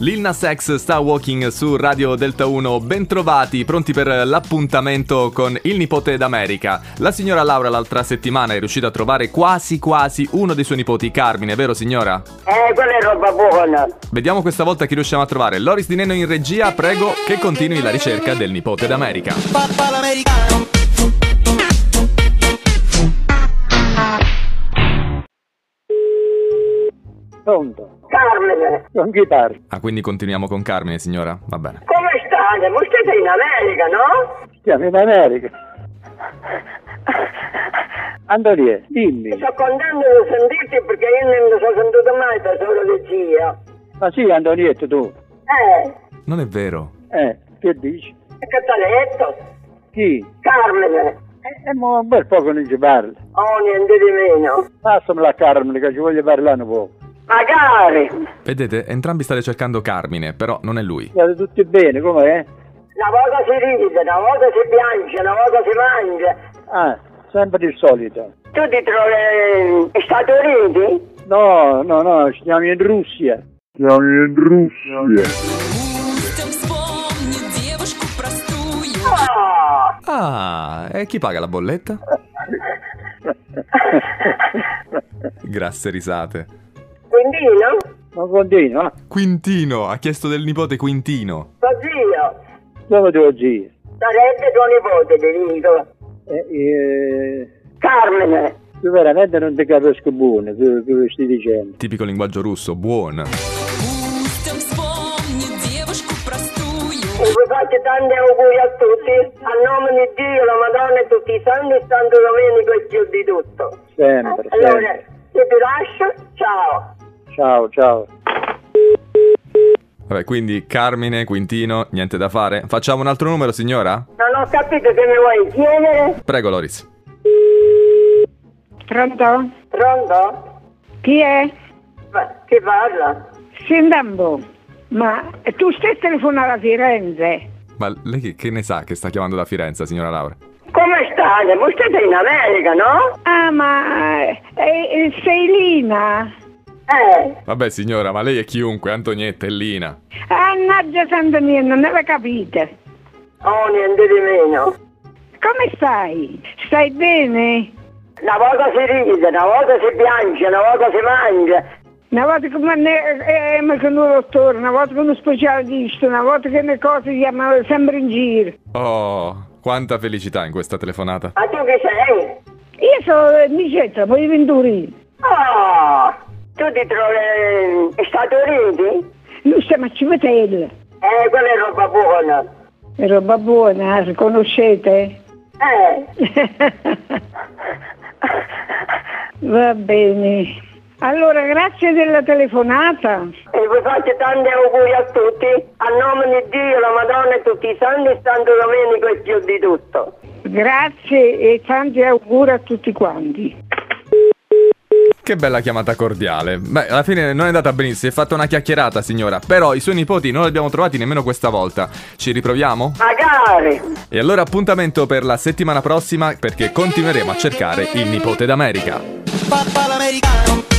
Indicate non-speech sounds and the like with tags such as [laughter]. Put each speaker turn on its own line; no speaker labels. Lil Nas X sta walking su Radio Delta 1, bentrovati, pronti per l'appuntamento con il nipote d'America. La signora Laura l'altra settimana è riuscita a trovare quasi quasi uno dei suoi nipoti, Carmine, vero signora?
Eh, quella è roba buona.
Vediamo questa volta chi riusciamo a trovare. Loris Di Neno in regia, prego che continui la ricerca del nipote d'America.
Papà l'americano.
Pronto?
Carmine,
Con chi parli?
Ah, quindi continuiamo con Carmine, signora? Va bene.
come state? Voi siete in America, no?
Siamo in America. Antonie, dimmi.
Sto contento di sentirti perché io non mi sono sentito mai da solo di zia.
Ma sì, Antonietto, tu.
Eh,
Non è vero.
Eh, che dici?
e che t'ha detto?
Chi?
Carmine,
E mo un bel po' che non ci parli.
oh niente di meno.
Passami la Carmine che ci voglio parlare un po'.
Magari,
Vedete, entrambi state cercando Carmine, però non è lui.
Siete tutti bene, com'è?
una volta si ride, una volta si piange, una volta si mangia.
Ah, sempre il solito.
Tu ti trovi negli Stati Uniti?
No, no, no, siamo in Russia. [laughs]
Siamo in Russia.
Пусть вспомнит девушку простую.
Ah,
Ah, e chi paga la bolletta? Grasse risate.
quindi no?
Non continua, eh?
Quintino, ha chiesto del nipote Quintino.
Tuo zio,
Dove devo dire?
sarebbe tuo nipote, ti dico.
Eh, eh,
Carmine,
io veramente non ti capisco buono quello che stai dicendo.
Tipico linguaggio russo, buon.
Пусть он вспомнит девушку простую.
vi faccio tanti auguri a tutti, a nome di Dio, la Madonna e tutti i santi, e Santo Domenico e più di tutto.
Sempre,
Ah, Allora,
sempre.
io ti lascio, ciao.
Ciao, ciao.
Vabbè, quindi Carmine, Quintino, niente da fare. Facciamo un altro numero, signora?
Non ho capito che mi vuoi chiedere.
Prego, Loris.
Pronto?
Pronto?
Chi è?
Ma Chi parla?
Sindambo. Ma tu stai telefonando a Firenze?
Ma lei che, che ne sa che sta chiamando da Firenze, signora Laura?
Come state? Voi siete in America, no?
Ah, ma eh, eh, sei Lina?
Eh,
Vabbè, signora, ma lei è chiunque, Antonietta, Ellina.
Annaggia Santonino, non ne capite.
oh niente di meno.
Come stai? Stai bene?
Una volta si ride, una volta si piange, una volta si mangia.
Una volta che ne, eh, ma che non lo torno, una volta che uno specialista, una volta che le cose si chiamano sempre in giro.
Oh, quanta felicità in questa telefonata.
Ma tu chi sei?
Io sono eh, Nicetta, poi Venturi.
Oh, tu ti trovi negli Stati Uniti?
Noi siamo a Civetel.
Eh, quella è roba buona.
È roba buona, eh, conoscete?
Eh,
[laughs] Va bene. Allora, grazie della telefonata.
e vi faccio tanti auguri a tutti, a nome di Dio, la Madonna e tutti i santi, e Santo Domenico e più di tutto.
Grazie e tanti auguri a tutti quanti.
Che bella chiamata cordiale. Beh, alla fine non è andata benissimo, è fatta una chiacchierata, signora. Però i suoi nipoti non li abbiamo trovati nemmeno questa volta. Ci riproviamo?
Magari!
E allora appuntamento per la settimana prossima perché continueremo a cercare il nipote d'America.
Papà l'americano.